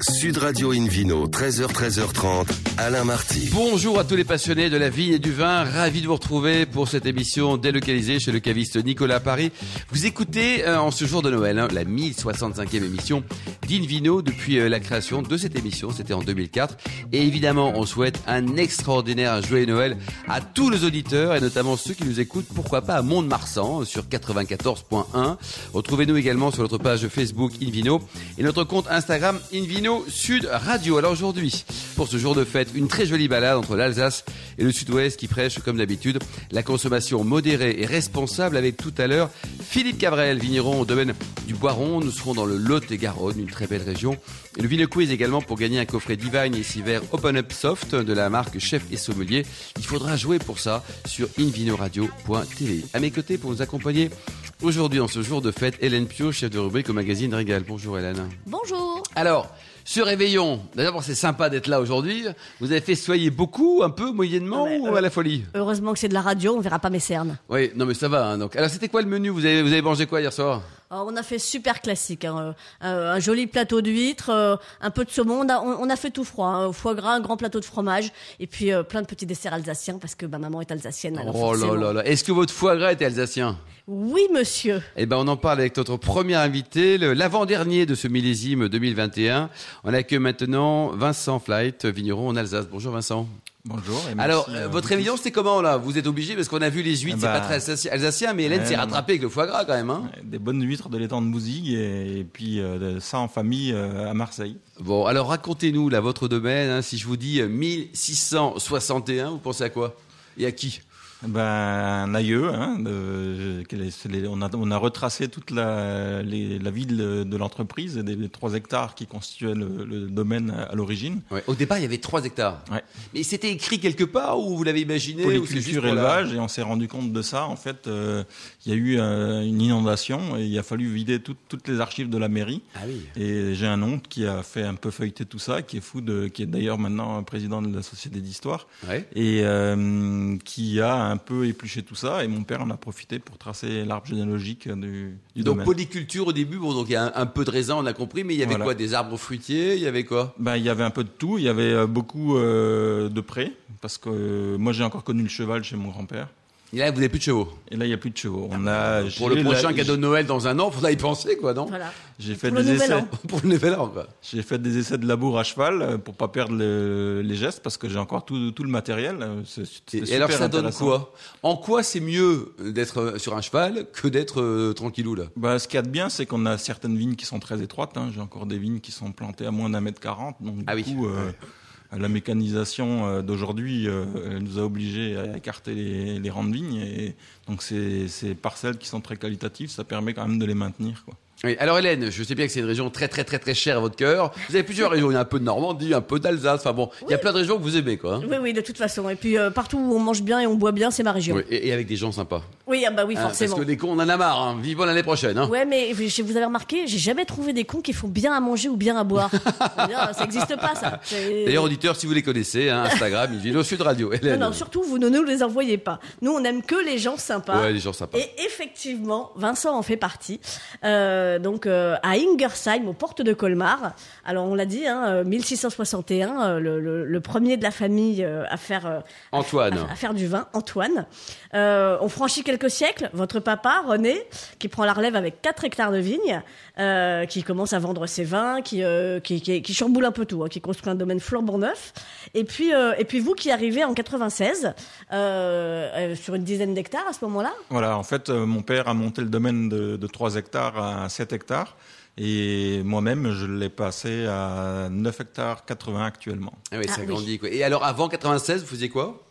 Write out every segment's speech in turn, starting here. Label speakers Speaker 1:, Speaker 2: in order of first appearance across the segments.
Speaker 1: Sud Radio Invino, 13h, 13h30, Alain Marty.
Speaker 2: Bonjour à tous les passionnés de la vigne et du vin. Ravi de vous retrouver pour cette émission délocalisée chez le caviste Nicolas Paris. Vous écoutez euh, en ce jour de Noël hein, la 1065e émission d'Invino depuis euh, la création de cette émission. C'était en 2004. Et évidemment, on souhaite un extraordinaire un joyeux Noël à tous les auditeurs et notamment ceux qui nous écoutent, pourquoi pas à Mont-de-Marsan euh, sur 94.1. Retrouvez-nous également sur notre page Facebook Invino et notre compte Instagram Invino Sud Radio. Alors aujourd'hui, pour ce jour de fête, une très jolie balade entre l'Alsace et le Sud-Ouest qui prêche, comme d'habitude, la consommation modérée et responsable avec tout à l'heure Philippe Cabrel, vigneron au domaine du Boiron. Nous serons dans le Lot-et-Garonne, une très belle région. Et le Vino Quiz également pour gagner un coffret Divine et Siver Open Up Soft de la marque Chef et Sommelier. Il faudra jouer pour ça sur invinoradio.tv. À mes côtés pour nous accompagner aujourd'hui en ce jour de fête, Hélène Pio, chef de rubrique au magazine Régal. Bonjour Hélène.
Speaker 3: Bonjour.
Speaker 2: Alors, ce réveillon, d'abord c'est sympa d'être là aujourd'hui. Vous avez fait soyer beaucoup, un peu, moyennement
Speaker 3: Ah ouais,
Speaker 2: ou
Speaker 3: euh.
Speaker 2: à la folie
Speaker 3: Heureusement que c'est de la radio, on verra pas mes cernes.
Speaker 2: Oui, non mais ça va. hein, donc, alors c'était quoi le menu vous avez, vous avez mangé quoi hier soir
Speaker 3: Alors, Ah, on a fait super classique, hein, euh, euh, un joli plateau d'huîtres, euh, un peu de saumon, on a, on- on a fait tout froid, hein, foie gras, un grand plateau de fromage, et puis euh, plein de petits desserts alsaciens parce que ma maman est alsacienne. Alors
Speaker 2: Oh là
Speaker 3: forcément.
Speaker 2: là là. Est-ce que votre foie gras était alsacien
Speaker 3: Oui monsieur.
Speaker 2: Eh ben, on en parle avec notre premier invité, le- l'avant-dernier de ce millésime 2021. On accueille maintenant Vincent Flight, vigneron en Alsace. Bonjour Vincent.
Speaker 4: Bonjour. et merci,
Speaker 2: alors,
Speaker 4: euh,
Speaker 2: euh, votre
Speaker 4: beaucoup.
Speaker 2: réveillon, c'était comment là Vous êtes obligé parce qu'on a vu les huîtres,
Speaker 4: Ah
Speaker 2: c'est
Speaker 4: bah.
Speaker 2: pas très alsaci- alsacien, mais Hélène
Speaker 4: Ouais,
Speaker 2: s'est
Speaker 4: eh non,
Speaker 2: rattrapée avec le foie gras quand même. Hein
Speaker 4: Des bonnes huîtres de l'étang de Mouzig et, et puis euh, de- ça en famille euh, à Marseille.
Speaker 2: Bon, alors racontez-nous là votre domaine. hein. si je vous dis euh, 1661, vous pensez à quoi et à qui
Speaker 4: Ben, un aïeux, hein, de- que les- c'est les- on, a, on a retracé toute la, les- la ville de, de l'entreprise, des les trois hectares qui constituaient le, le domaine à, à l'origine.
Speaker 2: Ouais, Au départ, il y avait 3 hectares.
Speaker 4: Ouais.
Speaker 2: Mais c'était écrit quelque part ou vous l'avez imaginé ou c'est juste
Speaker 4: Polyculture,
Speaker 2: pour la-
Speaker 4: élevage, et on s'est rendu compte de ça. En fait, euh, il y a eu euh, une inondation et il a fallu vider tout- toutes les archives de la mairie.
Speaker 2: Ah oui.
Speaker 4: Et j'ai un oncle qui a fait un peu feuilleter tout ça, qui est fou de, qui est d'ailleurs maintenant président de la Société d'Histoire,
Speaker 2: Ouais.
Speaker 4: et euh, qui a un peu épluché tout ça. Et mon père en a profité pour tracer l'arbre généalogique du, du
Speaker 2: donc
Speaker 4: domaine.
Speaker 2: polyculture au début, bon donc il y a un, un peu de raisin, on a compris, mais il y avait
Speaker 4: Voilà.
Speaker 2: quoi Des arbres fruitiers, il y avait quoi
Speaker 4: Ben, il y avait un peu de tout. Il y avait euh, beaucoup euh, de prés, parce que euh, moi j'ai encore connu le cheval chez mon grand-père.
Speaker 2: Et là, vous n'avez plus de chevaux.
Speaker 4: Et là, il n'y a plus de chevaux. On a,
Speaker 2: Euh, Pour
Speaker 4: Bah,
Speaker 2: le
Speaker 4: j'ai eu la-
Speaker 2: prochain cadeau de Noël dans un an, faudra y penser quoi, non
Speaker 3: Voilà.
Speaker 4: J'ai fait
Speaker 3: Pour le
Speaker 4: des
Speaker 3: nouvel
Speaker 4: essais.
Speaker 3: an.
Speaker 2: Pour le nouvel an quoi.
Speaker 4: J'ai fait des essais de labour à cheval euh, pour pas perdre le- les gestes parce que j'ai encore tout, tout le matériel. euh, c'est- c'était
Speaker 2: Et, et
Speaker 4: super
Speaker 2: alors ça donne
Speaker 4: intéressant.
Speaker 2: quoi En quoi c'est mieux d'être euh, sur un cheval que d'être euh, tranquillou là
Speaker 4: bah, Ce qu'il y a de bien, c'est qu'on a certaines vignes qui sont très étroites. hein. J'ai encore des vignes qui sont plantées à moins d'un mètre quarante. Donc, du
Speaker 2: Ah oui.
Speaker 4: coup, euh, la mécanisation euh, d'aujourd'hui euh, elle nous a obligés à écarter les, les rangs de vignes. Et donc, ces, ces parcelles qui sont très qualitatives, ça permet quand même de les maintenir. Quoi.
Speaker 2: Oui, alors Hélène, je sais bien que c'est une région très très très très chère à votre cœur. Vous avez plusieurs régions, il y a un peu de Normandie, un peu d'Alsace, enfin bon, il y a plein de régions que vous aimez quoi. hein.
Speaker 3: Oui oui de toute façon. Et puis euh, partout où on mange bien et on boit bien, c'est ma région.
Speaker 2: Oui,
Speaker 3: Oui,
Speaker 2: et, et avec des gens sympas.
Speaker 3: ah bah oui
Speaker 2: Hein,
Speaker 3: forcément.
Speaker 2: parce que des cons, on en a marre, hein. vivons l'année prochaine. Hein.
Speaker 3: Ouais, mais vous vous avez remarqué, j'ai jamais trouvé des cons qui font bien à manger ou bien à boire. Je veux dire, ça n'existe pas, ça. C'est-
Speaker 2: D'ailleurs, auditeurs, si vous les connaissez, hein, Instagram, Invino Sud Radio. Hélène.
Speaker 3: Non, non, surtout, vous ne nous les envoyez pas. Nous, on aime que les gens sympas.
Speaker 2: Ouais, les gens sympas.
Speaker 3: Et effectivement, Vincent en fait partie. Euh, donc, euh, à Ingersheim, aux portes de Colmar. Alors, on l'a dit, hein, euh, 1661, euh, le, le- le premier de la famille euh, à faire... euh,
Speaker 2: Antoine.
Speaker 3: à, à faire du vin, Antoine. Euh, on franchit quelques siècles. Votre papa, René, qui prend la relève avec 4 hectares de vignes, euh, qui commence à vendre ses vins, qui, euh, qui, qui, qui chamboule un peu tout, hein, qui construit un domaine flambant neuf. Et puis, euh, et puis vous qui arrivez en 96, euh, euh, sur une dizaine d'hectares à ce moment-là.
Speaker 4: Voilà, en fait, euh, mon père a monté le domaine de, de 3 hectares à 7 hectares. Et moi-même, je l'ai passé à 9 hectares 80 actuellement.
Speaker 2: Ah oui,
Speaker 3: Ah,
Speaker 2: ça
Speaker 3: oui.
Speaker 2: grandit quoi. Et alors, avant 96, vous faisiez quoi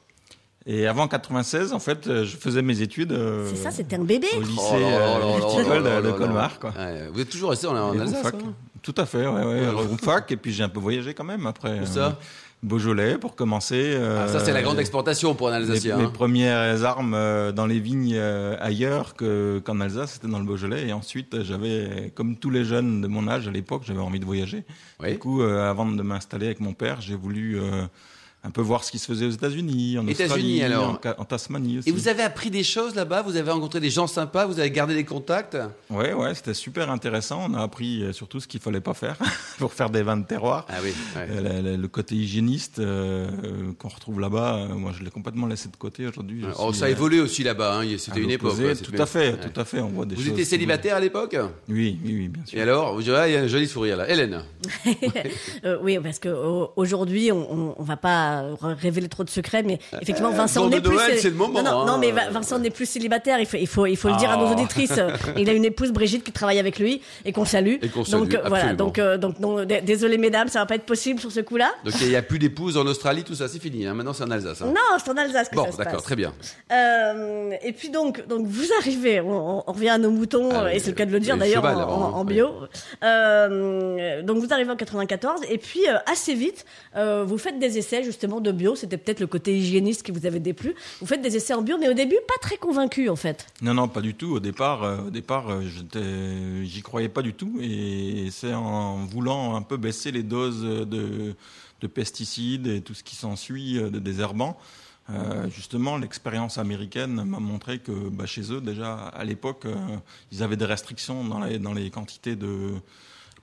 Speaker 4: Et avant 96, en fait, euh, je faisais mes études euh,
Speaker 3: C'est ça, c'était un bébé.
Speaker 4: au lycée
Speaker 2: Oh là là
Speaker 4: euh,
Speaker 2: là là
Speaker 4: viticole
Speaker 2: là là
Speaker 4: de- de
Speaker 2: là là.
Speaker 4: Colmar. Quoi.
Speaker 2: Ouais, Vous êtes toujours resté en, en
Speaker 4: Et
Speaker 2: Alsace
Speaker 4: Roufac.
Speaker 2: hein
Speaker 4: Tout à fait, ouais, ouais. alors, Roufac, et puis j'ai un peu voyagé quand même après.
Speaker 2: Où
Speaker 4: euh,
Speaker 2: ça
Speaker 4: Beaujolais pour commencer.
Speaker 2: Ah, Ça, c'est la grande
Speaker 4: euh,
Speaker 2: exportation pour un
Speaker 4: Les,
Speaker 2: Alsacien.
Speaker 4: mes
Speaker 2: hein.
Speaker 4: premières armes euh, dans les vignes euh, ailleurs que- qu'en Alsace, c'était dans le Beaujolais. Et ensuite, euh, j'avais, euh, comme tous les jeunes de mon âge à l'époque, j'avais envie de voyager.
Speaker 2: hein. Oui.
Speaker 4: Du coup, euh, avant de m'installer avec mon père, j'ai voulu euh, un peu voir ce qui se faisait aux États-Unis, en
Speaker 2: États-Unis,
Speaker 4: Australie,
Speaker 2: alors.
Speaker 4: en, Ca- en Tasmanie aussi.
Speaker 2: Et vous avez appris des choses là-bas Vous avez rencontré des gens sympas Vous avez gardé des contacts
Speaker 4: Ouais, ouais, c'était super intéressant. On a appris euh, surtout ce qu'il fallait pas faire pour faire des vins de terroir.
Speaker 2: Ah oui. ouais.
Speaker 4: Euh, la- la- le côté hygiéniste euh, euh, qu'on retrouve là-bas, euh, moi je l'ai complètement laissé de côté aujourd'hui. Je
Speaker 2: Oh,
Speaker 4: suis,
Speaker 2: ça a
Speaker 4: euh,
Speaker 2: évolué aussi là-bas. hein. C'était une époque.
Speaker 4: l'opposé.
Speaker 2: ouais, c'était
Speaker 4: Tout
Speaker 2: bien.
Speaker 4: à fait,
Speaker 2: Ouais.
Speaker 4: tout à fait. On voit des
Speaker 2: Vous
Speaker 4: choses
Speaker 2: étiez
Speaker 4: qui-
Speaker 2: célibataire à l'époque
Speaker 4: Oui, oui, oui, bien sûr.
Speaker 2: Et alors Vous ah, il y a un joli sourire là. Hélène
Speaker 3: Euh, oui, parce que au- aujourd'hui, on, on, on va pas re- révéler trop de secrets, mais effectivement,
Speaker 2: Euh,
Speaker 3: Vincent
Speaker 2: jour de
Speaker 3: n'est plus.
Speaker 2: Noël,
Speaker 3: cé-
Speaker 2: c'est le moment,
Speaker 3: Non, non,
Speaker 2: hein.
Speaker 3: non, mais Va- Vincent n'est plus célibataire. Il faut, il faut, il faut le dire à nos
Speaker 4: Ah.
Speaker 3: auditrices. Euh, Il a une épouse Brigitte qui travaille avec lui et qu'on salue.
Speaker 2: Et qu'on salue,
Speaker 3: donc euh, voilà.
Speaker 2: absolument.
Speaker 3: Donc, euh, donc non, d- désolé mesdames, ça va pas être possible sur ce coup-là.
Speaker 2: Donc il n'y a plus d'épouse en Australie, tout ça, c'est fini. hein. Maintenant, c'est en Alsace. hein.
Speaker 3: Non, c'est en Alsace que
Speaker 2: Bon,
Speaker 3: ça se
Speaker 2: d'accord,
Speaker 3: passe.
Speaker 2: très bien.
Speaker 3: Euh, et puis donc, donc vous arrivez, on, on- on revient à nos moutons,
Speaker 2: Ah oui,
Speaker 3: et c'est le cas de le dire
Speaker 2: le
Speaker 3: d'ailleurs
Speaker 2: cheval,
Speaker 3: en,
Speaker 2: avant,
Speaker 3: en- en
Speaker 2: hein,
Speaker 3: bio. Euh, donc vous arrivez en 94, et puis euh, assez vite, euh, vous faites des essais justement de bio, c'était peut-être le côté hygiéniste qui vous avait déplu. Vous faites des essais en bio, mais au début, pas très convaincu en fait.
Speaker 4: Non, non, pas du tout. Au départ, euh, au départ, euh, j'étais- j'y croyais pas du tout. Et c'est en voulant un peu baisser les doses de, de pesticides et tout ce qui s'ensuit euh, de désherbants. Euh, justement, l'expérience américaine m'a montré que bah, chez eux, déjà à l'époque, euh, ils avaient des restrictions dans les, dans les quantités de.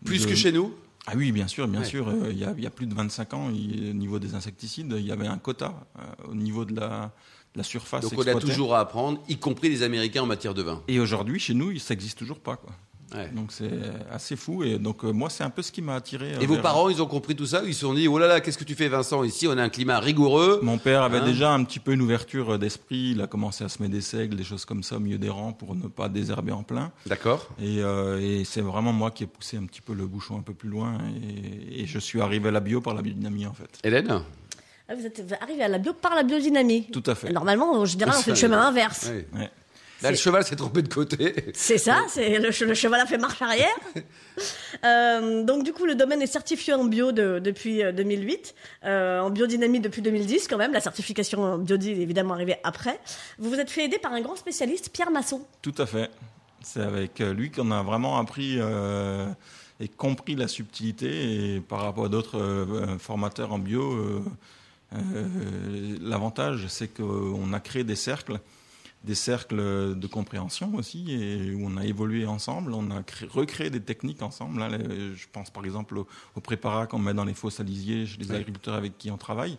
Speaker 2: Plus
Speaker 4: de-
Speaker 2: que chez nous
Speaker 4: Ah oui, bien sûr, bien
Speaker 2: Ouais.
Speaker 4: sûr. Euh, Il y, a, il y a plus de 25 ans, il- au niveau des insecticides, il y avait un quota euh, au niveau de la, de la surface.
Speaker 2: Donc on a
Speaker 4: exploitée.
Speaker 2: toujours à apprendre, y compris les Américains en matière de vin.
Speaker 4: Et aujourd'hui, chez nous, ça n'existe toujours pas. Quoi.
Speaker 2: Ouais.
Speaker 4: Donc c'est assez fou. Et donc euh, moi, c'est un peu ce qui m'a attiré. euh,
Speaker 2: Et vos
Speaker 4: vers-
Speaker 2: parents, ils ont compris tout ça Ils se sont dit, oh là là, qu'est-ce que tu fais Vincent Ici, on a un climat rigoureux.
Speaker 4: Mon père avait
Speaker 2: Hein
Speaker 4: déjà un petit peu une ouverture euh, d'esprit. Il a commencé à semer des seigles, des choses comme ça au milieu des rangs pour ne pas désherber en plein.
Speaker 2: D'accord.
Speaker 4: Et, euh, et c'est vraiment moi qui ai poussé un petit peu le bouchon un peu plus loin. Et, et je suis arrivé à la bio par la biodynamie, en fait.
Speaker 2: Hélène
Speaker 3: Ah, Vous êtes arrivé à la bio par la biodynamie.
Speaker 4: Tout à fait.
Speaker 3: Normalement, en général, on fait le
Speaker 2: Ça,
Speaker 3: chemin
Speaker 2: oui.
Speaker 3: inverse.
Speaker 2: Oui.
Speaker 4: Ouais.
Speaker 2: Là, le
Speaker 3: C'est-
Speaker 2: cheval s'est trompé de côté.
Speaker 3: C'est ça, c'est le, che- le cheval a fait marche arrière. Euh, donc du coup, le domaine est certifié en bio de- depuis euh, 2008, euh, en biodynamie depuis 2010 quand même. La certification en biodi est évidemment arrivée après. Vous vous êtes fait aider par un grand spécialiste, Pierre Masson.
Speaker 4: Tout à fait. C'est avec euh, lui qu'on a vraiment appris euh, et compris la subtilité. Et par rapport à d'autres euh, formateurs en bio, euh, euh, l'avantage, c'est qu'on a créé des cercles, des cercles de compréhension aussi, et où on a évolué ensemble. On a cré- recréé des techniques ensemble. Là, les- je pense par exemple aux, aux préparats qu'on met dans les fosses à lisier chez les
Speaker 2: Oui.
Speaker 4: agriculteurs avec qui on travaille,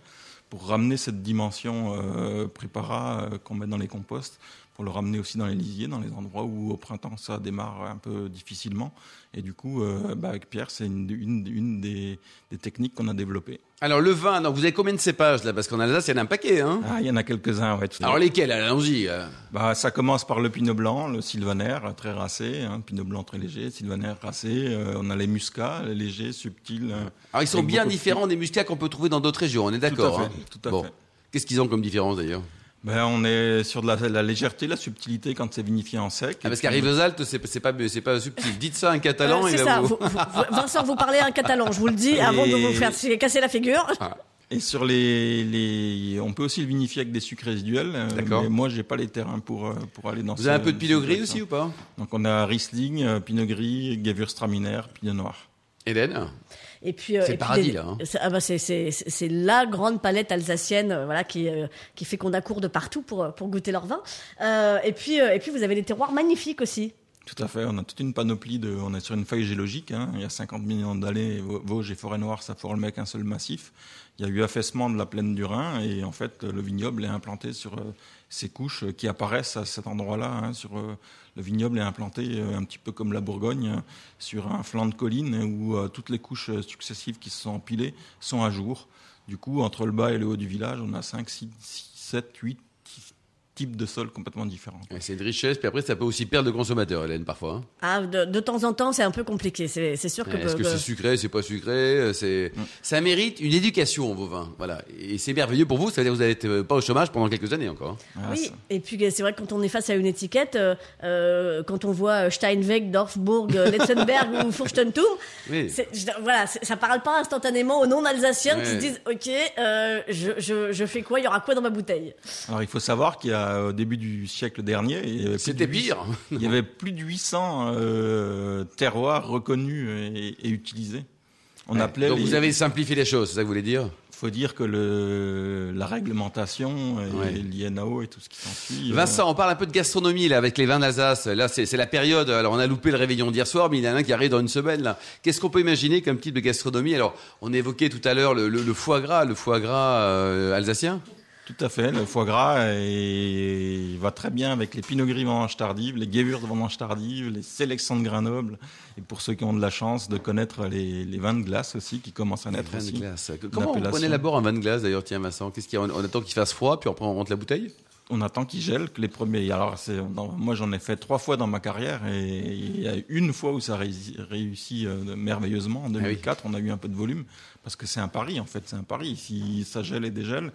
Speaker 4: pour ramener cette dimension euh, préparat euh, qu'on met dans les composts pour le ramener aussi dans les lisiers, dans les endroits où au printemps ça démarre un peu difficilement. Et du coup, euh, bah, avec Pierre, c'est une, une- une des, des techniques qu'on a développées.
Speaker 2: Alors le vin, non, vous avez combien de cépages là Parce qu'en Alsace, il y en a un paquet. Hein
Speaker 4: Ah, il y en a quelques-uns, ouais. tout à
Speaker 2: Alors
Speaker 4: fait.
Speaker 2: lesquels Allons-y. euh.
Speaker 4: Bah, ça commence par le pinot blanc, le sylvaner, très racé, hein, pinot blanc très léger, sylvaner racé. Euh, on a les muscats, les légers, subtils. euh,
Speaker 2: Alors ils sont
Speaker 4: avec
Speaker 2: bien
Speaker 4: beaucoup de
Speaker 2: différents des muscats qu'on peut trouver dans d'autres régions, on est
Speaker 4: fruits.
Speaker 2: d'accord
Speaker 4: Tout à
Speaker 2: hein
Speaker 4: fait. tout à
Speaker 2: Bon.
Speaker 4: fait.
Speaker 2: Qu'est-ce qu'ils ont comme différence d'ailleurs Ah,
Speaker 4: Ben, on est sur de la, la légèreté, la subtilité quand c'est vinifié en sec.
Speaker 2: Ah, Parce qu'arrive aux Alpes, c'est c'est pas, c'est pas subtil. Dites ça à un Catalan,
Speaker 3: Euh, c'est
Speaker 2: il
Speaker 3: ça.
Speaker 2: va vous...
Speaker 3: vous- vous- Vincent, vous parlez un catalan, je vous le dis, avant de vous
Speaker 4: Et-
Speaker 3: faire se- casser la figure.
Speaker 4: Et sur les, les, on peut aussi le vinifier avec des sucres résiduels. euh,
Speaker 2: D'accord.
Speaker 4: Mais moi, j'ai pas les terrains pour euh, pour aller dans.
Speaker 2: Vous avez un
Speaker 4: ce-
Speaker 2: peu de pinot
Speaker 4: cette
Speaker 2: gris
Speaker 4: direction.
Speaker 2: aussi ou pas
Speaker 4: Donc on a Riesling, euh, Pinot gris, Gewürztraminer, Pinot noir.
Speaker 2: Hélène
Speaker 3: Et puis, euh,
Speaker 2: C'est le
Speaker 3: et puis
Speaker 2: paradis,
Speaker 3: des-
Speaker 2: là, hein.
Speaker 3: c'est- ah bah, c'est- c'est c'est- c'est la grande palette alsacienne, euh, voilà, qui euh, qui fait qu'on accourt de partout pour euh, pour goûter leur vin. Euh, et puis euh, et puis vous avez des terroirs magnifiques aussi.
Speaker 4: Tout à fait. On a toute une panoplie de. On est sur une feuille géologique. hein. Il y a 50 millions d'années, Vau- Vosges et forêts noires, ça forme mec un seul massif. Il y a eu affaissement de la plaine du Rhin et en fait le vignoble est implanté sur euh, ces couches euh, qui apparaissent à cet endroit-là. hein, sur euh, le vignoble est implanté euh, un petit peu comme la Bourgogne euh, sur un flanc de colline où euh, toutes les couches euh, successives qui se sont empilées sont à jour. Du coup, entre le bas et le haut du village, on a 5, 6, 7, 8 types de sols complètement différents.
Speaker 2: Ouais, C'est une richesse, puis après ça peut aussi perdre le consommateur, Hélène, parfois. hein.
Speaker 3: Ah, de, de temps en temps, c'est un peu compliqué. C'est c'est sûr que.
Speaker 2: Est-ce que
Speaker 3: que-
Speaker 2: c'est sucré, c'est pas sucré euh, C'est
Speaker 4: Mm.
Speaker 2: ça mérite une éducation vos vins, voilà. Et c'est merveilleux pour vous, ça veut dire que vous n'allez être euh, pas au chômage pendant quelques années encore. hein.
Speaker 4: Ah,
Speaker 3: oui,
Speaker 4: ça-
Speaker 3: et puis c'est vrai que quand on est face à une étiquette, euh, euh, quand on voit euh, Steinweg, Dorfburg, euh, Letzenberg ou Furstentum,
Speaker 2: Oui.
Speaker 3: c'est- je- voilà, c'est- ça parle pas instantanément aux non-alsaciens qui
Speaker 2: Ouais.
Speaker 3: se disent Ok, euh, je, je, je fais quoi Il y aura quoi dans ma bouteille
Speaker 4: Alors il faut savoir qu'il y a au début du siècle dernier, il y avait plus
Speaker 2: C'était
Speaker 4: de huit-
Speaker 2: pire.
Speaker 4: Il y avait plus de 800 euh, terroirs reconnus et, et utilisés. On appelait.
Speaker 2: Donc
Speaker 4: les-
Speaker 2: vous avez simplifié les choses, c'est ça que vous voulez dire
Speaker 4: faut dire que le, la réglementation et
Speaker 2: Ouais.
Speaker 4: l'INAO et tout ce qui s'ensuit. euh,
Speaker 2: Vincent, on parle un peu de gastronomie là avec les vins d'Alsace. Là, c'est c'est la période. Alors, on a loupé le réveillon d'hier soir, mais il y en a un qui arrive dans une semaine là. Qu'est-ce qu'on peut imaginer comme type de gastronomie Alors, on évoquait tout à l'heure le, le- le foie gras, le foie gras euh, alsacien.
Speaker 4: Tout à fait. Le foie gras est- va très bien avec les pinot gris vendanges tardives, les guévures de vendanges tardives, les sélections de Grenoble. Et pour ceux qui ont de la chance de connaître les, les vins de glace aussi, qui commencent à naître
Speaker 2: Vin de
Speaker 4: aussi.
Speaker 2: glace. Comment on- on,
Speaker 4: appellation.
Speaker 2: élabore un vin de glace d'ailleurs Tiens, Vincent, qu'est-ce qu'il y a on, on attend qu'il fasse froid, puis après on rentre la bouteille.
Speaker 4: On attend qu'ils gèlent, que les premiers. Alors, c'est, non, moi, j'en ai fait trois fois dans ma carrière et il y a une fois où ça réussi- réussit euh,
Speaker 2: Ah
Speaker 4: merveilleusement. En 2004, on a eu un peu de volume parce que c'est un pari, en fait. C'est un pari. Si ça gèle et dégèle,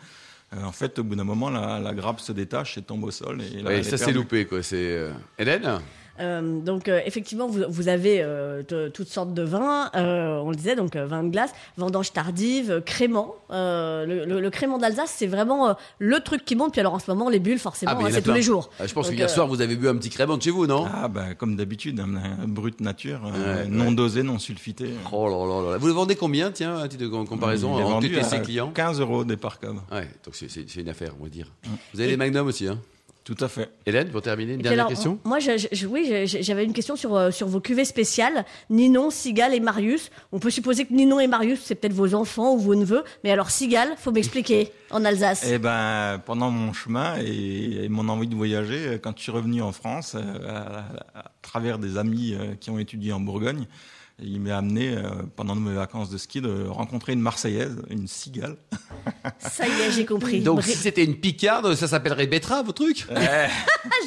Speaker 4: euh, en fait, au bout d'un moment, la, la grappe se détache et tombe au sol. Et là,
Speaker 2: Ouais,
Speaker 4: elle est
Speaker 2: ça c'est
Speaker 4: perdue.
Speaker 2: loupé quoi. C'est euh, Hélène.
Speaker 3: Euh, donc euh, effectivement, vous, vous avez euh, t- toutes sortes de vins. euh, on le disait, donc euh, vin de glace, vendange tardive, euh, crément. Euh, le, le- le crément d'Alsace, c'est vraiment euh, le truc qui monte. Puis alors en ce moment, les bulles, forcément,
Speaker 2: Ah, mais
Speaker 3: hein,
Speaker 2: il y en a
Speaker 3: c'est tous
Speaker 2: plein.
Speaker 3: les jours.
Speaker 2: Ah, je pense
Speaker 3: Donc,
Speaker 2: que hier
Speaker 3: euh,
Speaker 2: soir vous avez bu un petit crément de chez vous, non
Speaker 4: Ah, bah, comme d'habitude, hein, hein, brute nature, euh,
Speaker 2: Ouais,
Speaker 4: non
Speaker 2: ouais.
Speaker 4: dosé, non sulfité.
Speaker 2: Oh là là là là. Vous le vendez combien, tiens, à titre de com- comparaison,
Speaker 4: Il est
Speaker 2: en
Speaker 4: vendu
Speaker 2: TTC
Speaker 4: à
Speaker 2: clients
Speaker 4: 15 euros des par cave.
Speaker 2: Ouais, donc c'est- c'est c'est une affaire, on va dire.
Speaker 4: Mm.
Speaker 2: Vous avez les magnums aussi, hein
Speaker 4: Tout à fait.
Speaker 2: Hélène, pour terminer, une
Speaker 3: et puis
Speaker 2: dernière
Speaker 3: alors,
Speaker 2: question
Speaker 3: on- Moi, je- je- oui, je- je- j'avais une question sur, euh, sur vos cuvées spéciales, Ninon, Sigal et Marius. On peut supposer que Ninon et Marius, c'est peut-être vos enfants ou vos neveux. Mais alors Sigal, faut m'expliquer en Alsace.
Speaker 4: Eh ben, pendant mon chemin et, et mon envie de voyager, euh, quand je suis revenu en France, euh, à, à- à travers des amis euh, qui ont étudié en Bourgogne, il m'a amené, euh, pendant mes vacances de ski, de rencontrer une Marseillaise, une cigale.
Speaker 3: Ça y est, j'ai compris.
Speaker 2: ben. Donc,
Speaker 3: Bri-
Speaker 2: si c'était une picarde, ça s'appellerait betterave, votre truc
Speaker 3: ah,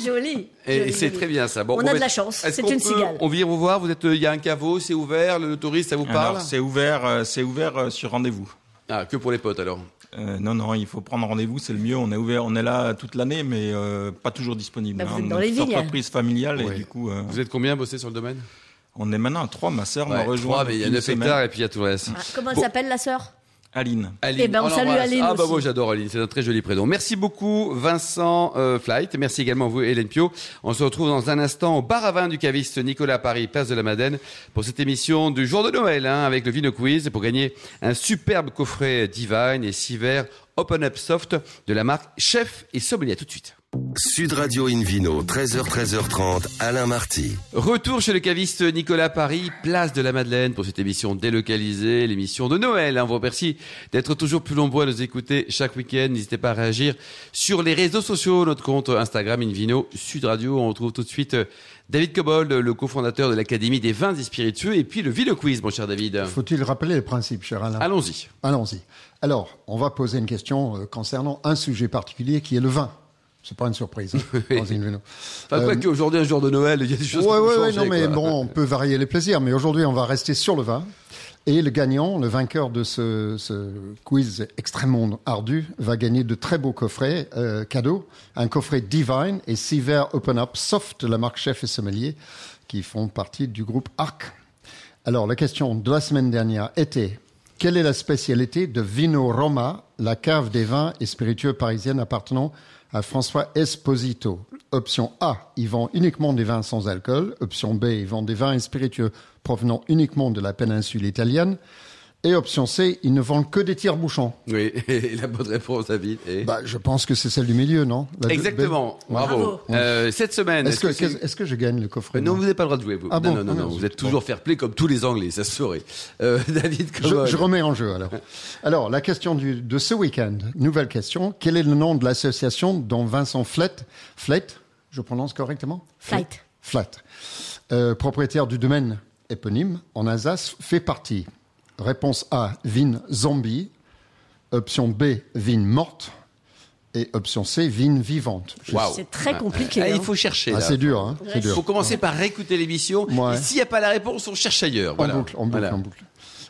Speaker 3: joli.
Speaker 2: Et
Speaker 3: Joli,
Speaker 2: c'est
Speaker 3: joli.
Speaker 2: très bien ça. Bon,
Speaker 3: On a
Speaker 2: va-
Speaker 3: de la chance,
Speaker 2: Est-ce
Speaker 3: c'est
Speaker 2: qu'on
Speaker 3: une
Speaker 2: peut-
Speaker 3: cigale.
Speaker 2: On vient vous voir, vous êtes, euh, il y a un caveau, c'est ouvert, le, le touriste, ça vous parle
Speaker 4: Alors, c'est ouvert, euh, c'est ouvert euh, sur rendez-vous.
Speaker 2: Ah, que pour les potes alors.
Speaker 4: Euh, non, non, il faut prendre rendez-vous, c'est le mieux. On est ouvert, on est là toute l'année, mais euh, pas toujours disponible.
Speaker 3: Bah, vous êtes dans
Speaker 4: On est
Speaker 3: les
Speaker 4: une
Speaker 3: vignes.
Speaker 4: entreprise familiale
Speaker 2: Ouais.
Speaker 4: et du coup, euh,
Speaker 2: Vous êtes combien bossé sur le domaine
Speaker 4: on est maintenant à trois. Ma sœur m'a
Speaker 2: Ouais,
Speaker 4: rejoint.
Speaker 2: trois, mais il y a
Speaker 4: depuis
Speaker 2: 9
Speaker 4: une semaine.
Speaker 2: hectares et puis il y a tout le reste.
Speaker 3: Ah, comment elle
Speaker 2: Bon.
Speaker 3: s'appelle la sœur
Speaker 4: Aline.
Speaker 2: Aline.
Speaker 3: Eh ben, on
Speaker 2: l'embrasse.
Speaker 3: salue Aline
Speaker 2: Ah, bah,
Speaker 3: aussi.
Speaker 2: moi, j'adore Aline. C'est un très joli prénom. Merci beaucoup, Vincent euh, Flight. Merci également à vous, Hélène Pio. On se retrouve dans un instant au bar à vin du caviste Nicolas Paris, place de la Madeleine, pour cette émission du jour de Noël, hein, avec le Vino Quiz, pour gagner un superbe coffret Divine et six verres Open Up Soft de la marque Chef et Sommelier. À tout de suite.
Speaker 1: Sud Radio Invino, 13h, 13h30, Alain Marty.
Speaker 2: Retour chez le caviste Nicolas Paris, place de la Madeleine pour cette émission délocalisée, l'émission de Noël. hein. On vous remercie d'être toujours plus nombreux à nous écouter chaque week-end. N'hésitez pas à réagir sur les réseaux sociaux, notre compte Instagram Invino Sud Radio. On retrouve tout de suite euh, David Cobold, le cofondateur de l'Académie des vins et spiritueux, et puis le Vino Quiz, mon cher David.
Speaker 5: Faut-il rappeler les principes, cher Alain
Speaker 2: Allons-y.
Speaker 5: Allons-y. Alors, on va poser une question euh, concernant un sujet particulier qui est le vin. C'est pas une surprise. hein, dans une vino.
Speaker 2: Enfin, quoi
Speaker 5: Euh,
Speaker 2: qu'aujourd'hui, un jour de Noël, il y a des choses
Speaker 5: ouais,
Speaker 2: qui
Speaker 5: ouais,
Speaker 2: ont
Speaker 5: ouais,
Speaker 2: changé,
Speaker 5: non, mais
Speaker 2: quoi.
Speaker 5: bon, on peut varier les plaisirs. Mais aujourd'hui, on va rester sur le vin. Et le gagnant, le vainqueur de ce, ce quiz extrêmement ardu, va gagner de très beaux coffrets euh, cadeaux. Un coffret Divine et six verres Open Up Soft de la marque Chef et Sommelier, qui font partie du groupe Arc. Alors, la question de la semaine dernière était quelle est la spécialité de Vino Roma, la cave des vins et spiritueux parisienne appartenant à François Esposito Option A, ils vendent uniquement des vins sans alcool. Option B, ils vendent des vins et spiritueux provenant uniquement de la péninsule italienne. Et option C, ils ne vendent que des tire-bouchons.
Speaker 2: Oui, et la bonne réponse, David. et-
Speaker 5: Bah, je pense que c'est celle du milieu, non La deux-
Speaker 2: Exactement. Bravo.
Speaker 3: Bravo.
Speaker 2: Euh, cette semaine,
Speaker 5: Bah, Est-ce que,
Speaker 2: est-ce que c'est-
Speaker 5: est-ce que je gagne le coffret
Speaker 2: Euh, Non, vous n'avez pas le droit de jouer, vous.
Speaker 5: Ah
Speaker 2: non,
Speaker 5: bon
Speaker 2: non, non,
Speaker 5: Ah,
Speaker 2: non,
Speaker 5: non,
Speaker 2: vous
Speaker 5: c'est
Speaker 2: êtes toujours fair-play comme tous les Anglais, ça se saurait. Euh, David
Speaker 5: je,
Speaker 2: Cobol.
Speaker 5: je remets en jeu alors. Alors, la question du- de ce week-end, nouvelle question. Quel est le nom de l'association dont Vincent Flett, Flett, je prononce correctement
Speaker 3: Flight.
Speaker 5: Flatt, euh, propriétaire du domaine éponyme en Alsace, fait partie Réponse A, Vine Zombie. Option B, Vine Morte. Et option C, Vine Vivante. Je-
Speaker 2: Waouh.
Speaker 3: C'est très
Speaker 2: Ah,
Speaker 3: compliqué,
Speaker 2: ah, il
Speaker 3: hein.
Speaker 2: faut chercher.
Speaker 5: Ah,
Speaker 2: là.
Speaker 5: c'est dur, hein, c'est
Speaker 2: Il faut
Speaker 5: dur.
Speaker 2: commencer par réécouter l'émission.
Speaker 5: Ouais.
Speaker 2: Et S'il n'y a pas la réponse, on cherche ailleurs.
Speaker 5: En
Speaker 2: Voilà.
Speaker 5: boucle, en boucle,
Speaker 2: Voilà.
Speaker 5: en boucle.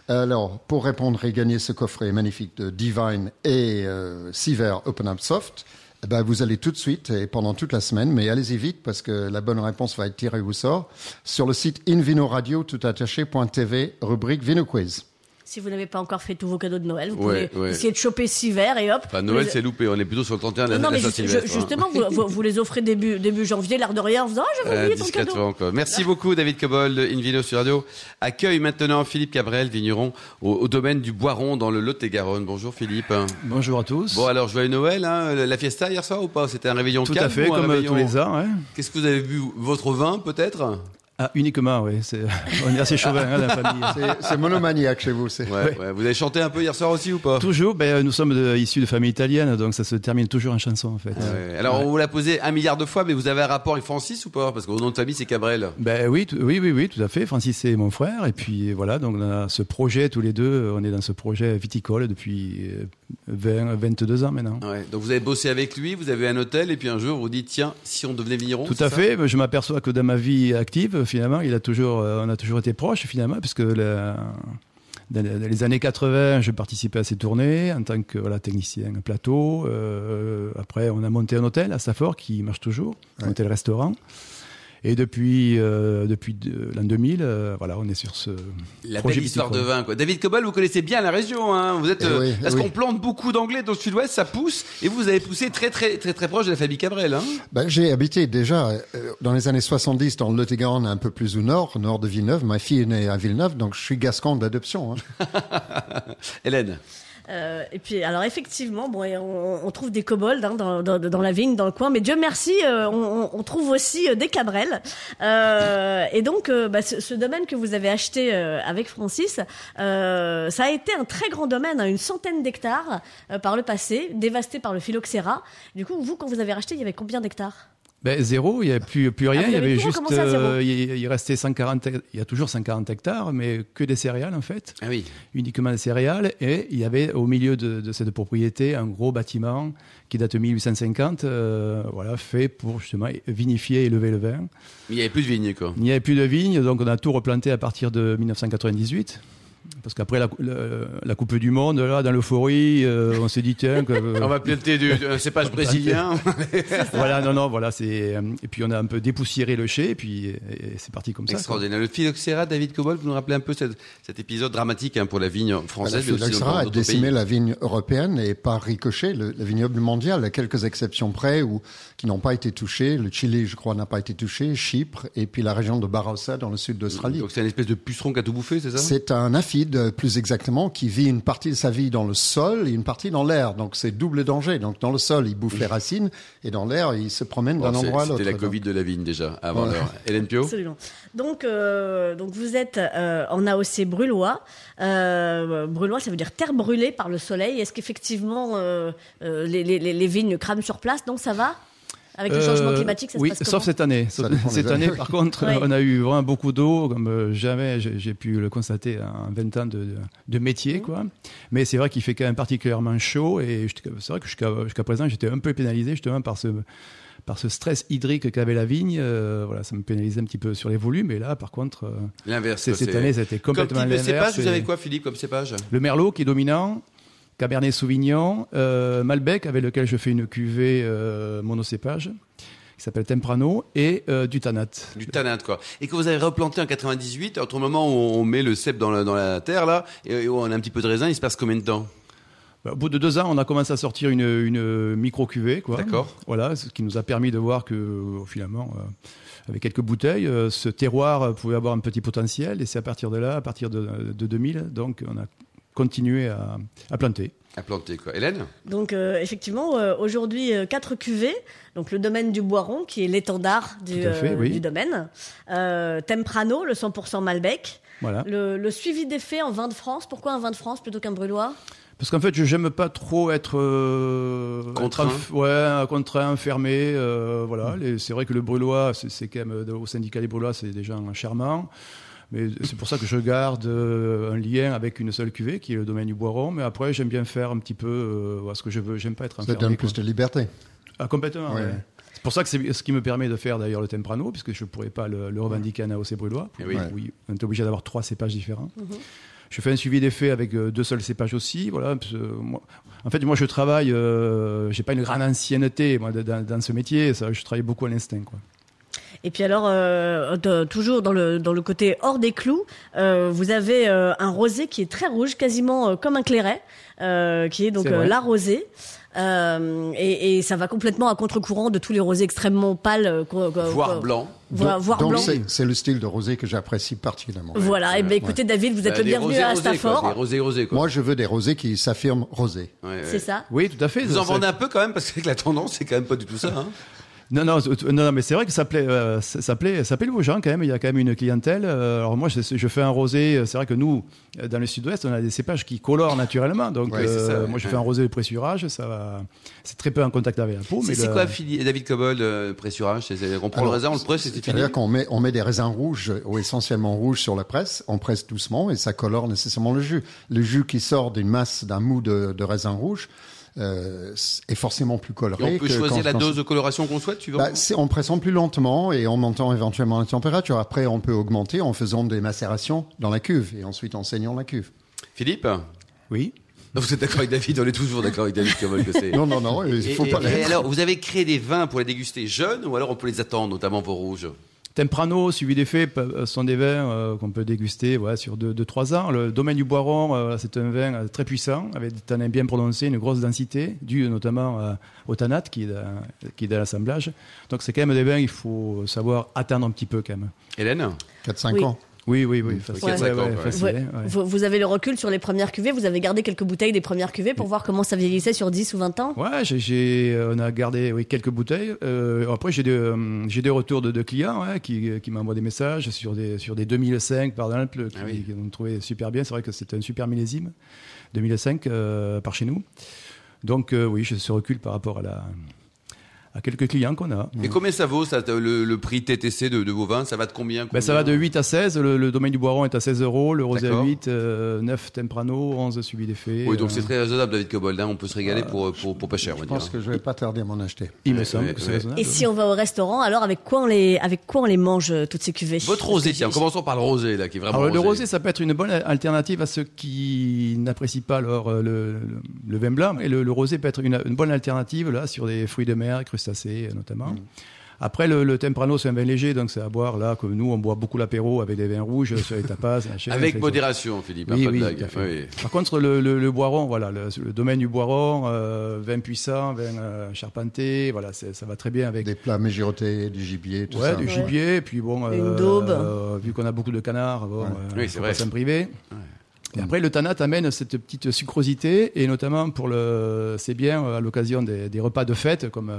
Speaker 5: Alors, pour répondre et gagner ce coffret magnifique de Divine et euh, Siver Open Up Soft, eh ben, vous allez tout de suite et pendant toute la semaine, mais allez-y vite parce que la bonne réponse va être tirée au sort sur le site invinoradio tout attaché.tv, rubrique Vino Quiz.
Speaker 3: Si vous n'avez pas encore fait tous vos cadeaux de Noël, vous
Speaker 2: Ouais,
Speaker 3: pouvez
Speaker 2: ouais.
Speaker 3: essayer de choper six verres et hop.
Speaker 2: Enfin, Noël,
Speaker 3: Vous-
Speaker 2: c'est loupé. On est plutôt sur le 31 la,
Speaker 3: Non,
Speaker 2: la
Speaker 3: mais ju-
Speaker 2: Saint-Sylvestre,
Speaker 3: ju-
Speaker 2: hein.
Speaker 3: justement, vous, vous- vous les offrez début, début janvier, l'air de rien, en disant Ah, j'avais
Speaker 2: Euh,
Speaker 3: oublié ton cadeau.
Speaker 2: discrètement, quoi. Merci beaucoup, David Cobol de Invino sur Radio. Accueille maintenant Philippe Cabrel, vigneron au, au domaine du Boiron dans le Lot-et-Garonne. Bonjour Philippe.
Speaker 6: Bonjour à tous.
Speaker 2: Bon, alors, joyeux Noël. hein. La fiesta hier soir ou pas C'était un réveillon
Speaker 6: Tout
Speaker 2: calme
Speaker 6: à fait,
Speaker 2: ou un
Speaker 6: comme euh,
Speaker 2: réveillon-
Speaker 6: tous les ans. ouais.
Speaker 2: Qu'est-ce que vous avez bu Votre vin, peut-être
Speaker 6: Ah, uniquement, oui. On est assez chauvin hein, dans la famille.
Speaker 5: C'est- C'est monomaniaque chez vous. C'est
Speaker 2: ouais, ouais. Vous avez chanté un peu hier soir aussi ou pas
Speaker 6: Toujours, ben, nous sommes de- issus de familles italiennes, donc ça se termine toujours en chanson en fait.
Speaker 2: Ah Ouais. Alors, on vous l'a posé un milliard de fois, mais vous avez un rapport avec Francis ou pas Parce que vos nom de famille, c'est Cabrel.
Speaker 6: Ben oui, tout- oui, oui, oui, tout à fait. Francis c'est mon frère, et puis voilà, donc on a ce projet tous les deux. On est dans ce projet viticole depuis euh, 20, 22 ans maintenant.
Speaker 2: Ouais. Donc, vous avez bossé avec lui, vous avez un hôtel, et puis un jour, vous vous dites tiens, si on devenait vigneron.
Speaker 6: Tout
Speaker 2: c'est
Speaker 6: à
Speaker 2: ça
Speaker 6: fait. mais Je m'aperçois que dans ma vie active, finalement, il a toujours, euh, on a toujours été proches, finalement, puisque la- dans les- dans les années 80, je participais à ces tournées en tant que voilà, technicien plateau. Euh, après, on a monté un hôtel à Safford qui marche toujours, un
Speaker 5: Ouais.
Speaker 6: hôtel-restaurant. Et depuis, euh, depuis de- l'an 2000, euh, voilà, on est sur ce
Speaker 2: La
Speaker 6: projet
Speaker 2: belle histoire de
Speaker 6: viticole.
Speaker 2: vin, quoi. David Cobol, vous connaissez bien la région, hein. Vous êtes,
Speaker 5: Eh
Speaker 2: euh,
Speaker 5: oui, eh
Speaker 2: parce
Speaker 5: oui.
Speaker 2: qu'on plante beaucoup d'anglais dans le sud-ouest, ça pousse, et vous avez poussé très, très, très, très proche de la famille Cabrel, hein.
Speaker 5: Ben, j'ai habité déjà euh, dans les années 70 dans le Lot-et-Garonne, un peu plus au nord, au nord de Villeneuve. Ma fille est née à Villeneuve, donc je suis gascon d'adoption. hein.
Speaker 2: Hélène.
Speaker 3: Euh, et puis, alors effectivement, bon, et on, on trouve des kobolds hein, dans, dans, dans la vigne, dans le coin, mais Dieu merci, euh, on, on- on trouve aussi euh, des cabrels. Euh, et donc, euh, bah, ce, ce domaine que vous avez acheté euh, avec Francis, euh, ça a été un très grand domaine, hein, une centaine d'hectares euh, par le passé, dévasté par le phylloxéra. Du coup, vous, quand vous avez racheté, il y avait combien d'hectares
Speaker 6: Ben, zéro, il n'y avait plus, plus rien,
Speaker 3: Ah, vous
Speaker 6: il y
Speaker 3: avez
Speaker 6: avait
Speaker 3: tout
Speaker 6: juste.
Speaker 3: recommencé à zéro.
Speaker 6: euh, il, il restait 140, il y a toujours 140 hectares, mais que des céréales en fait.
Speaker 2: Ah oui.
Speaker 6: uniquement des céréales. Et il y avait au milieu de, de cette propriété un gros bâtiment qui date de 1850, euh, voilà, fait pour justement vinifier et élever le vin.
Speaker 2: Mais il n'y avait plus de vignes, quoi.
Speaker 6: Il n'y avait plus de vignes, donc on a tout replanté à partir de 1998. Parce qu'après la, cou- le- la Coupe du Monde, là, dans l'euphorie, euh, on s'est dit, tiens, que-
Speaker 2: On va planter du, un cépage brésilien.
Speaker 6: voilà, non, non, voilà, c'est. euh, Et puis on a un peu dépoussiéré le chai, et puis et- et c'est parti comme ça. quoi.
Speaker 2: Extraordinaire. Le phylloxéra, David Cobol, vous nous rappelez un peu cette- cet épisode dramatique, hein, pour la vigne
Speaker 5: La
Speaker 2: française. mais aussi dans
Speaker 5: phylloxéra a
Speaker 2: d'autres pays.
Speaker 5: décimé la vigne européenne et par ricochet le, le vignoble mondial, à quelques exceptions près ou qui n'ont pas été touchés. Le Chili, je crois, n'a pas été touché, Chypre et puis la région de Barossa dans le sud d'Australie.
Speaker 2: Donc c'est une espèce de puceron qui a tout bouffé, c'est ça
Speaker 5: C'est un amphide, euh, plus exactement, qui vit une partie de sa vie dans le sol et une partie dans l'air. Donc c'est double danger. Donc dans le sol, il bouffe les racines et dans l'air, il se promène d'un
Speaker 2: Bon, c'est-
Speaker 5: endroit à l'autre.
Speaker 2: C'était la
Speaker 5: Donc,
Speaker 2: Covid de la vigne, déjà, avant
Speaker 5: Voilà.
Speaker 2: l'heure. Hélène Pio
Speaker 3: Absolument. Donc, euh, donc vous êtes euh, en AOC brûlois. Euh, brûlois, ça veut dire terre brûlée par le soleil. Est-ce qu'effectivement euh, euh, les, les- les- les vignes crament sur place Donc ça va Avec le changement
Speaker 6: Euh,
Speaker 3: climatique, ça
Speaker 6: oui,
Speaker 3: se passe
Speaker 6: sauf
Speaker 3: comment
Speaker 6: cette année.
Speaker 5: Ça
Speaker 6: Sauf-
Speaker 5: dépend des
Speaker 6: cette
Speaker 5: années,
Speaker 6: année,
Speaker 5: oui.
Speaker 6: par contre,
Speaker 3: Ouais.
Speaker 6: on a eu vraiment beaucoup d'eau, comme euh, jamais j'ai j'ai pu le constater en 20 ans de, de- de
Speaker 3: Mmh.
Speaker 6: métier. Quoi. Mais c'est vrai qu'il fait quand même particulièrement chaud, et jusqu'à- c'est vrai que jusqu'à jusqu'à présent, j'étais un peu pénalisé justement par ce par ce stress hydrique qu'avait la vigne, Euh, voilà, ça me pénalisait un petit peu sur les volumes. Et là, par contre, euh,
Speaker 2: L'inverse.
Speaker 6: c'est-
Speaker 2: quoi,
Speaker 6: cette
Speaker 2: c'est-
Speaker 6: année, ça a été complètement
Speaker 2: Comme type de
Speaker 6: l'inverse.
Speaker 2: cépage, vous
Speaker 6: Et
Speaker 2: avez quoi, Philippe, comme cépage
Speaker 6: Le merlot qui est dominant, Cabernet Sauvignon, euh, Malbec avec lequel je fais une cuvée euh, monocépage qui s'appelle Temprano et euh, du Tanat.
Speaker 2: Du tanat, quoi. Et que vous avez replanté en 98, entre le moment où on met le cep dans la, dans la terre, là, et et où on a un petit peu de raisin, il se passe combien de temps
Speaker 6: Bah, Au bout de deux ans, on a commencé à sortir une, une micro cuvée, quoi.
Speaker 2: D'accord.
Speaker 6: Voilà, ce qui nous a permis de voir que euh, finalement, euh, avec quelques bouteilles, euh, ce terroir euh, pouvait avoir un petit potentiel. Et c'est à partir de là, à partir de, de 2000, donc on a continué à, à planter.
Speaker 2: à planter, quoi. Hélène
Speaker 3: Donc euh, effectivement, euh, aujourd'hui, euh, quatre cuvées. Donc le domaine du Boiron, qui est l'étendard du,
Speaker 6: Tout à fait,
Speaker 3: euh,
Speaker 6: oui.
Speaker 3: du domaine. Euh, Temprano, le 100% Malbec.
Speaker 6: Voilà.
Speaker 3: Le, le suivi des faits en vin de France. Pourquoi un vin de France plutôt qu'un brûlois
Speaker 6: Parce qu'en fait, je n'aime pas trop être euh,
Speaker 2: Contraint.
Speaker 6: être enf- ouais, contraint, fermé. euh, voilà, Les- c'est vrai que le Brûlois, c'est, c'est quand même euh, au syndicat des Brûlois, c'est des gens charmants. Mais c'est pour ça que je garde euh, un lien avec une seule cuvée, qui est le domaine du Boiron. Mais après, j'aime bien faire un petit peu euh, voilà, ce que je veux. J'aime pas être
Speaker 5: Ça
Speaker 6: enfermé.
Speaker 5: donne plus
Speaker 6: quoi.
Speaker 5: de liberté.
Speaker 6: Ah, complètement.
Speaker 5: Ouais.
Speaker 6: ouais. C'est pour ça que c'est ce qui me permet de faire d'ailleurs le Temprano, puisque je ne pourrais pas le, le revendiquer en AOC Brûlois.
Speaker 2: Eh oui. Ouais.
Speaker 6: Oui, on est obligé d'avoir trois cépages différents. Je fais un suivi des faits avec euh, deux seuls cépages aussi. Voilà, parce que euh, moi- en fait, moi, je travaille, euh, j'ai pas une grande ancienneté moi, de- dans, dans ce métier. Ça, je travaille beaucoup à l'instinct. quoi.
Speaker 3: Et puis alors, euh, de- toujours dans le, dans le côté hors des clous, euh, vous avez euh, un rosé qui est très rouge, quasiment euh, comme un clairet, euh, qui est donc
Speaker 6: C'est vrai.
Speaker 3: euh, la rosée. Euh, et, et ça va complètement à contre-courant de tous les rosés extrêmement pâles, euh, qu'on- qu'on-
Speaker 2: voire
Speaker 3: qu'on-
Speaker 2: blanc.
Speaker 3: Voilà,
Speaker 5: Donc-
Speaker 3: voire
Speaker 5: donc
Speaker 3: blanc.
Speaker 5: c'est- c'est le style de rosé que j'apprécie particulièrement.
Speaker 3: Voilà, et ben écoutez David, vous êtes
Speaker 2: Bah,
Speaker 3: le
Speaker 2: des
Speaker 3: bienvenu
Speaker 2: rosés,
Speaker 3: à
Speaker 2: rosés, quoi,
Speaker 3: Stafford.
Speaker 2: Des rosés, rosés, quoi.
Speaker 5: Moi, je veux des rosés qui s'affirment rosés.
Speaker 2: Ouais, ouais.
Speaker 3: C'est ça.
Speaker 6: Oui, tout à fait.
Speaker 2: Vous en
Speaker 6: Ça-
Speaker 2: vendez un peu quand même, parce que la tendance, c'est quand même pas du tout ça. hein.
Speaker 6: Non, non, c'est- non, non, mais c'est vrai que ça plaît, euh, ça, ça plaît, ça plaît aux gens quand même. Il y a quand même une clientèle. Euh, alors moi, je, je fais un rosé. C'est vrai que nous, euh, dans le Sud-Ouest, on a des cépages qui colorent naturellement. Donc
Speaker 2: Ouais, c'est ça,
Speaker 6: euh,
Speaker 2: ouais.
Speaker 6: moi, je fais
Speaker 2: Ouais.
Speaker 6: un rosé de pressurage. Ça, va- c'est très peu en contact avec la peau.
Speaker 2: C'est
Speaker 6: mais
Speaker 2: c'est
Speaker 6: le-
Speaker 2: quoi, Philippe- David Cobold, euh, pressurage C'est- c'est- On prend le
Speaker 5: Oh, Alors,
Speaker 2: raisin, on le presse, c'est fini.
Speaker 5: C'est-à-dire qu'on met, on met des raisins rouges ou essentiellement rouges sur la presse, on presse doucement et ça colore nécessairement le jus. Le jus qui sort d'une masse, d'un mou de, de raisins rouges euh, est forcément plus
Speaker 2: Et
Speaker 5: coloré.
Speaker 2: on peut
Speaker 5: que
Speaker 2: choisir
Speaker 5: quand-
Speaker 2: la
Speaker 5: quand-
Speaker 2: dose de coloration qu'on souhaite, tu vois
Speaker 5: Bah, c'est en pressant plus lentement et en montant éventuellement la température. Après, on peut augmenter en faisant des macérations dans la cuve et ensuite en saignant la cuve.
Speaker 2: Philippe Non,
Speaker 6: Oui.
Speaker 2: Vous êtes d'accord avec David On est toujours d'accord avec David Cobold que c'est.
Speaker 5: Non, non, non, il
Speaker 2: Et,
Speaker 5: faut
Speaker 2: et-
Speaker 5: pas.
Speaker 2: et alors, vous avez créé des vins pour les déguster jeunes ou alors on peut les attendre, notamment vos rouges
Speaker 6: Temprano, suivi des faits, pe- sont des vins euh, qu'on peut déguster voilà, sur 2-3 ans. Le domaine du Boiron, euh, c'est un vin euh, très puissant, avec des tanins bien prononcés, une grosse densité, due notamment euh, au tanat qui est dans, qui est dans l'assemblage. Donc c'est quand même des vins, il faut savoir attendre un petit peu quand même.
Speaker 2: Hélène
Speaker 5: 4-5
Speaker 3: Oui.
Speaker 5: ans.
Speaker 6: Oui, oui, oui, facile.
Speaker 3: quatre,
Speaker 2: cinq ans, ouais.
Speaker 6: facile,
Speaker 3: Ouais,
Speaker 6: hein, ouais.
Speaker 3: Vous, vous avez le recul sur les premières cuvées, vous avez gardé quelques bouteilles des premières cuvées pour voir comment ça vieillissait sur 10 ou 20 ans.
Speaker 6: Ouais, j'ai- j'ai- euh, on a gardé oui, quelques bouteilles. Euh, après, j'ai des, euh, j'ai des retours de, de clients ouais, qui, euh, qui m'envoient des messages sur des, sur des 2005, par exemple, qui,
Speaker 2: Ah oui.
Speaker 6: qui ont trouvé super bien. C'est vrai que c'était un super millésime, 2005, euh, par chez nous. Donc, euh, oui, j'ai ce recul par rapport à, la, à quelques clients qu'on a.
Speaker 5: Mmh.
Speaker 2: Et combien ça vaut ça, le, le prix TTC de, de vos vins Ça va de combien,
Speaker 5: Bah,
Speaker 6: Ben, ça va de 8 à 16. Le, le domaine du Boiron est à 16 euros. Le rosé à
Speaker 2: D'accord.
Speaker 6: 8, euh, 9 Temprano, 11 Subi des Fées.
Speaker 2: Oui, donc
Speaker 6: euh,
Speaker 2: c'est très raisonnable, David Cobold. hein, On peut se régaler pour, pour, pour pas cher, on
Speaker 5: euh, Je
Speaker 2: va
Speaker 5: pense
Speaker 2: dire.
Speaker 5: que je vais pas tarder à m'en acheter.
Speaker 6: Il me
Speaker 2: Ouais,
Speaker 6: semble
Speaker 2: ouais,
Speaker 6: que c'est
Speaker 2: ouais.
Speaker 6: raisonnable.
Speaker 3: Et si on va au restaurant, alors avec quoi on les, avec quoi on les mange euh, toutes ces cuvées
Speaker 2: Votre rosé, tiens, commençons par le Ah rosé, là, qui est
Speaker 5: Ah
Speaker 2: vraiment.
Speaker 6: Alors, Ah le rosé, ça peut être une bonne alternative à ceux qui n'apprécient pas alors, euh, le, le- le vin blanc. Et le, le rosé peut être une, une bonne alternative là, sur des fruits de mer, crustacés euh, notamment. Après, le, le temprano, c'est un vin léger, donc c'est à boire là, comme nous, on boit beaucoup l'apéro avec des vins rouges, euh, sur les tapas, machin,
Speaker 2: Avec
Speaker 6: c'est-
Speaker 2: modération, Philippe, hein,
Speaker 6: Oui,
Speaker 2: pas de
Speaker 6: oui,
Speaker 2: blague.
Speaker 6: tout à fait.
Speaker 2: Oui.
Speaker 6: Par contre, le, le- le boiron, voilà, le, le domaine du boiron, euh, vin puissant, vin euh, charpenté, voilà, c'est- ça va très bien avec
Speaker 5: Des plats mégirotés, du gibier, tout
Speaker 6: ouais,
Speaker 5: ça.
Speaker 6: du gibier, et puis bon,
Speaker 3: Une daube.
Speaker 6: euh, vu qu'on a beaucoup de canards, bon, euh,
Speaker 2: Oui, c'est
Speaker 6: faut
Speaker 2: vrai.
Speaker 6: pas s'en priver. Et après, le tanat amène cette petite sucrosité, et notamment pour le, c'est bien euh, à l'occasion des, des repas de fête, comme euh,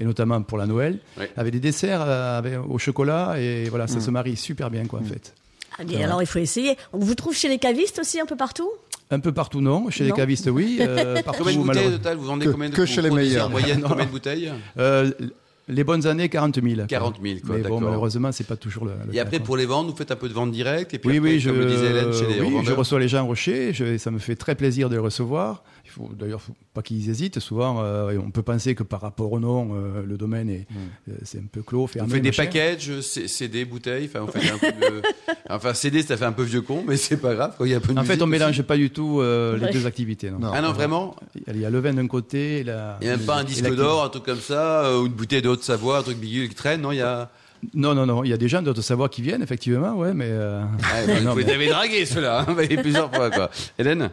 Speaker 6: et notamment pour la Noël,
Speaker 2: Ouais.
Speaker 6: avec des desserts euh, avec- au chocolat, et voilà, ça se marie super bien quoi, en fait.
Speaker 3: Ah, mais alors il faut essayer. On vous trouve chez les cavistes aussi un peu partout
Speaker 6: Un peu partout non, chez
Speaker 3: Non.
Speaker 6: les cavistes oui, euh, partout
Speaker 2: Combien de bouteilles au
Speaker 6: malheureusement.
Speaker 2: total Vous vendez
Speaker 5: Que-
Speaker 2: combien de
Speaker 5: que chez les
Speaker 2: vous produisez En
Speaker 5: meilleurs.
Speaker 2: moyenne,
Speaker 6: Non.
Speaker 2: combien de bouteilles
Speaker 6: Euh, les bonnes années 40 000. quoi.
Speaker 2: 40 000, quoi,
Speaker 6: Mais
Speaker 2: d'accord.
Speaker 6: bon, malheureusement, c'est pas toujours le. le
Speaker 2: Et après,
Speaker 6: cas, quoi.
Speaker 2: pour les vendre, vous faites un peu de vente directe et puis
Speaker 6: Oui,
Speaker 2: après,
Speaker 6: oui, je,
Speaker 2: comme le disait Hélène, chez les
Speaker 6: oui, je
Speaker 2: revendeurs.
Speaker 6: reçois les gens en rocher, je- ça me fait très plaisir de les recevoir. Il faut d'ailleurs faut pas qu'ils hésitent. Souvent, euh, on peut penser que par rapport au nom, euh, le domaine est euh, c'est un peu clos.
Speaker 2: Hmm. On
Speaker 6: fermé,
Speaker 2: fait des
Speaker 6: machin.
Speaker 2: packages, C- CD, bouteilles, enfin, on fait un peu de- enfin, CD, ça fait un peu vieux con, mais c'est pas grave, quand il y a un peu de
Speaker 6: En fait,
Speaker 2: musique
Speaker 6: on
Speaker 2: aussi.
Speaker 6: mélange pas du tout euh,
Speaker 3: Ouais.
Speaker 6: les deux activités. Non.
Speaker 5: Non.
Speaker 2: Ah non, vraiment
Speaker 6: Il y a le vin d'un côté, et la.
Speaker 2: Il n'y a même pas un
Speaker 6: et
Speaker 2: disque
Speaker 6: la-
Speaker 2: d'or, un truc comme ça, euh, ou une bouteille de Haute-Savoie, un truc bidule qui traîne, non, il y a...
Speaker 6: Non, non, non. Il y a des gens de savoir qui viennent, effectivement, ouais, mais. euh,
Speaker 2: Ah, bah,
Speaker 6: non,
Speaker 2: vous
Speaker 6: mais-
Speaker 2: les avez dragués, ceux-là, hein, plusieurs fois, quoi. Hélène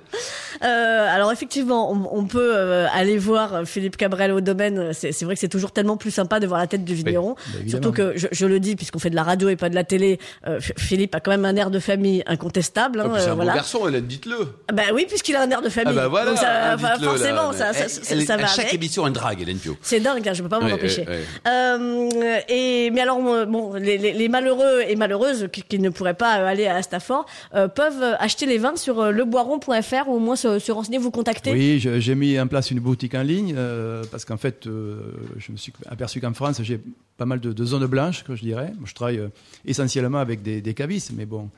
Speaker 3: Euh, alors effectivement, on, on peut euh, aller voir Philippe Cabrel au domaine. C'est c'est vrai que c'est toujours tellement plus sympa de voir la tête du vigneron.
Speaker 6: bah, évidemment.
Speaker 3: Surtout que je, je le dis, puisqu'on fait de la radio et pas de la télé, euh, F- Philippe a quand même un air de famille incontestable. hein,
Speaker 2: Oh, puis C'est
Speaker 3: euh,
Speaker 2: un
Speaker 3: voilà.
Speaker 2: bon garçon, Hélène, dites-le
Speaker 3: Bah oui, puisqu'il a un air de
Speaker 2: Ah
Speaker 3: famille.
Speaker 2: bah voilà,
Speaker 3: Donc ça-
Speaker 2: hein, dites-le, là.
Speaker 3: forcément, ça, ça,
Speaker 2: Elle-
Speaker 3: ça-
Speaker 2: elle-
Speaker 3: ça va
Speaker 2: À chaque
Speaker 3: avec.
Speaker 2: émission, elle drague, Hélène Pio.
Speaker 3: C'est dingue, hein, je peux pas m'en
Speaker 2: Ouais,
Speaker 3: empêcher.
Speaker 2: ouais, ouais.
Speaker 3: Euh, et mais alors euh, bon, les, les- les malheureux et malheureuses qui, qui ne pourraient pas euh, aller à Stafford euh, peuvent euh, acheter les vins sur euh, leboiron.fr ou au moins se, se renseigner, vous contacter.
Speaker 6: Oui, je- j'ai mis en place une boutique en ligne euh, parce qu'en fait, euh, je me suis aperçu qu'en France, j'ai pas mal de, de zones blanches, que je dirais. Moi, je travaille euh, essentiellement avec des, des cavistes, mais bon.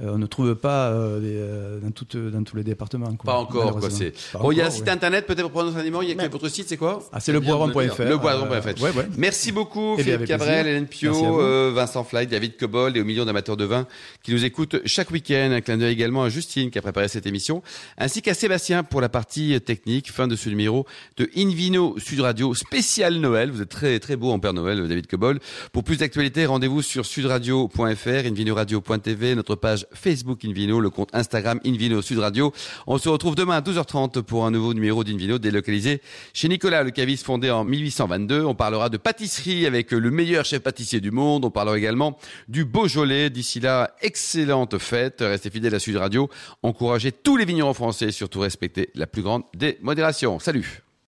Speaker 6: euh, on ne trouve pas euh, des, euh, dans, toutes- dans tous les départements. quoi,
Speaker 2: Pas encore, quoi.
Speaker 6: malheureusement.
Speaker 2: C'est...
Speaker 6: Pas
Speaker 2: Bon, il y a un
Speaker 6: encore,
Speaker 2: site
Speaker 6: ouais.
Speaker 2: internet, peut-être pour prendre nos animaux. Il y a que votre site, c'est quoi
Speaker 6: Ah, c'est le
Speaker 5: bien de le
Speaker 6: boiron.fr.
Speaker 2: Le boiron.fr.
Speaker 6: euh, Ouais, ouais.
Speaker 2: Merci beaucoup,
Speaker 6: Eh bien,
Speaker 2: Philippe
Speaker 6: avec
Speaker 2: Cabrel,
Speaker 6: plaisir.
Speaker 2: Hélène
Speaker 6: Merci à
Speaker 2: Pio,
Speaker 6: vous.
Speaker 2: euh, Vincent Fly, David Cobold et aux millions d'amateurs de vin qui nous écoutent chaque week-end. Un clin d'œil également à Justine qui a préparé cette émission, ainsi qu'à Sébastien pour la partie technique. Fin de ce numéro de Invino Sud Radio spécial Noël. Vous êtes très très beau en Père Noël, David Cobold. Pour plus d'actualités, rendez-vous sur sudradio.fr, invinoradio.tv, notre page Facebook Invino, le compte Instagram Invino Sud Radio. On se retrouve demain à 12h30 pour un nouveau numéro d'Invino délocalisé chez Nicolas Le Caviste, fondé en 1822. On parlera de pâtisserie avec le meilleur chef pâtissier du monde. On parlera également du Beaujolais. D'ici là, excellente fête. Restez fidèles à Sud Radio. Encouragez tous les vignerons français et surtout respectez la plus grande des modérations. Salut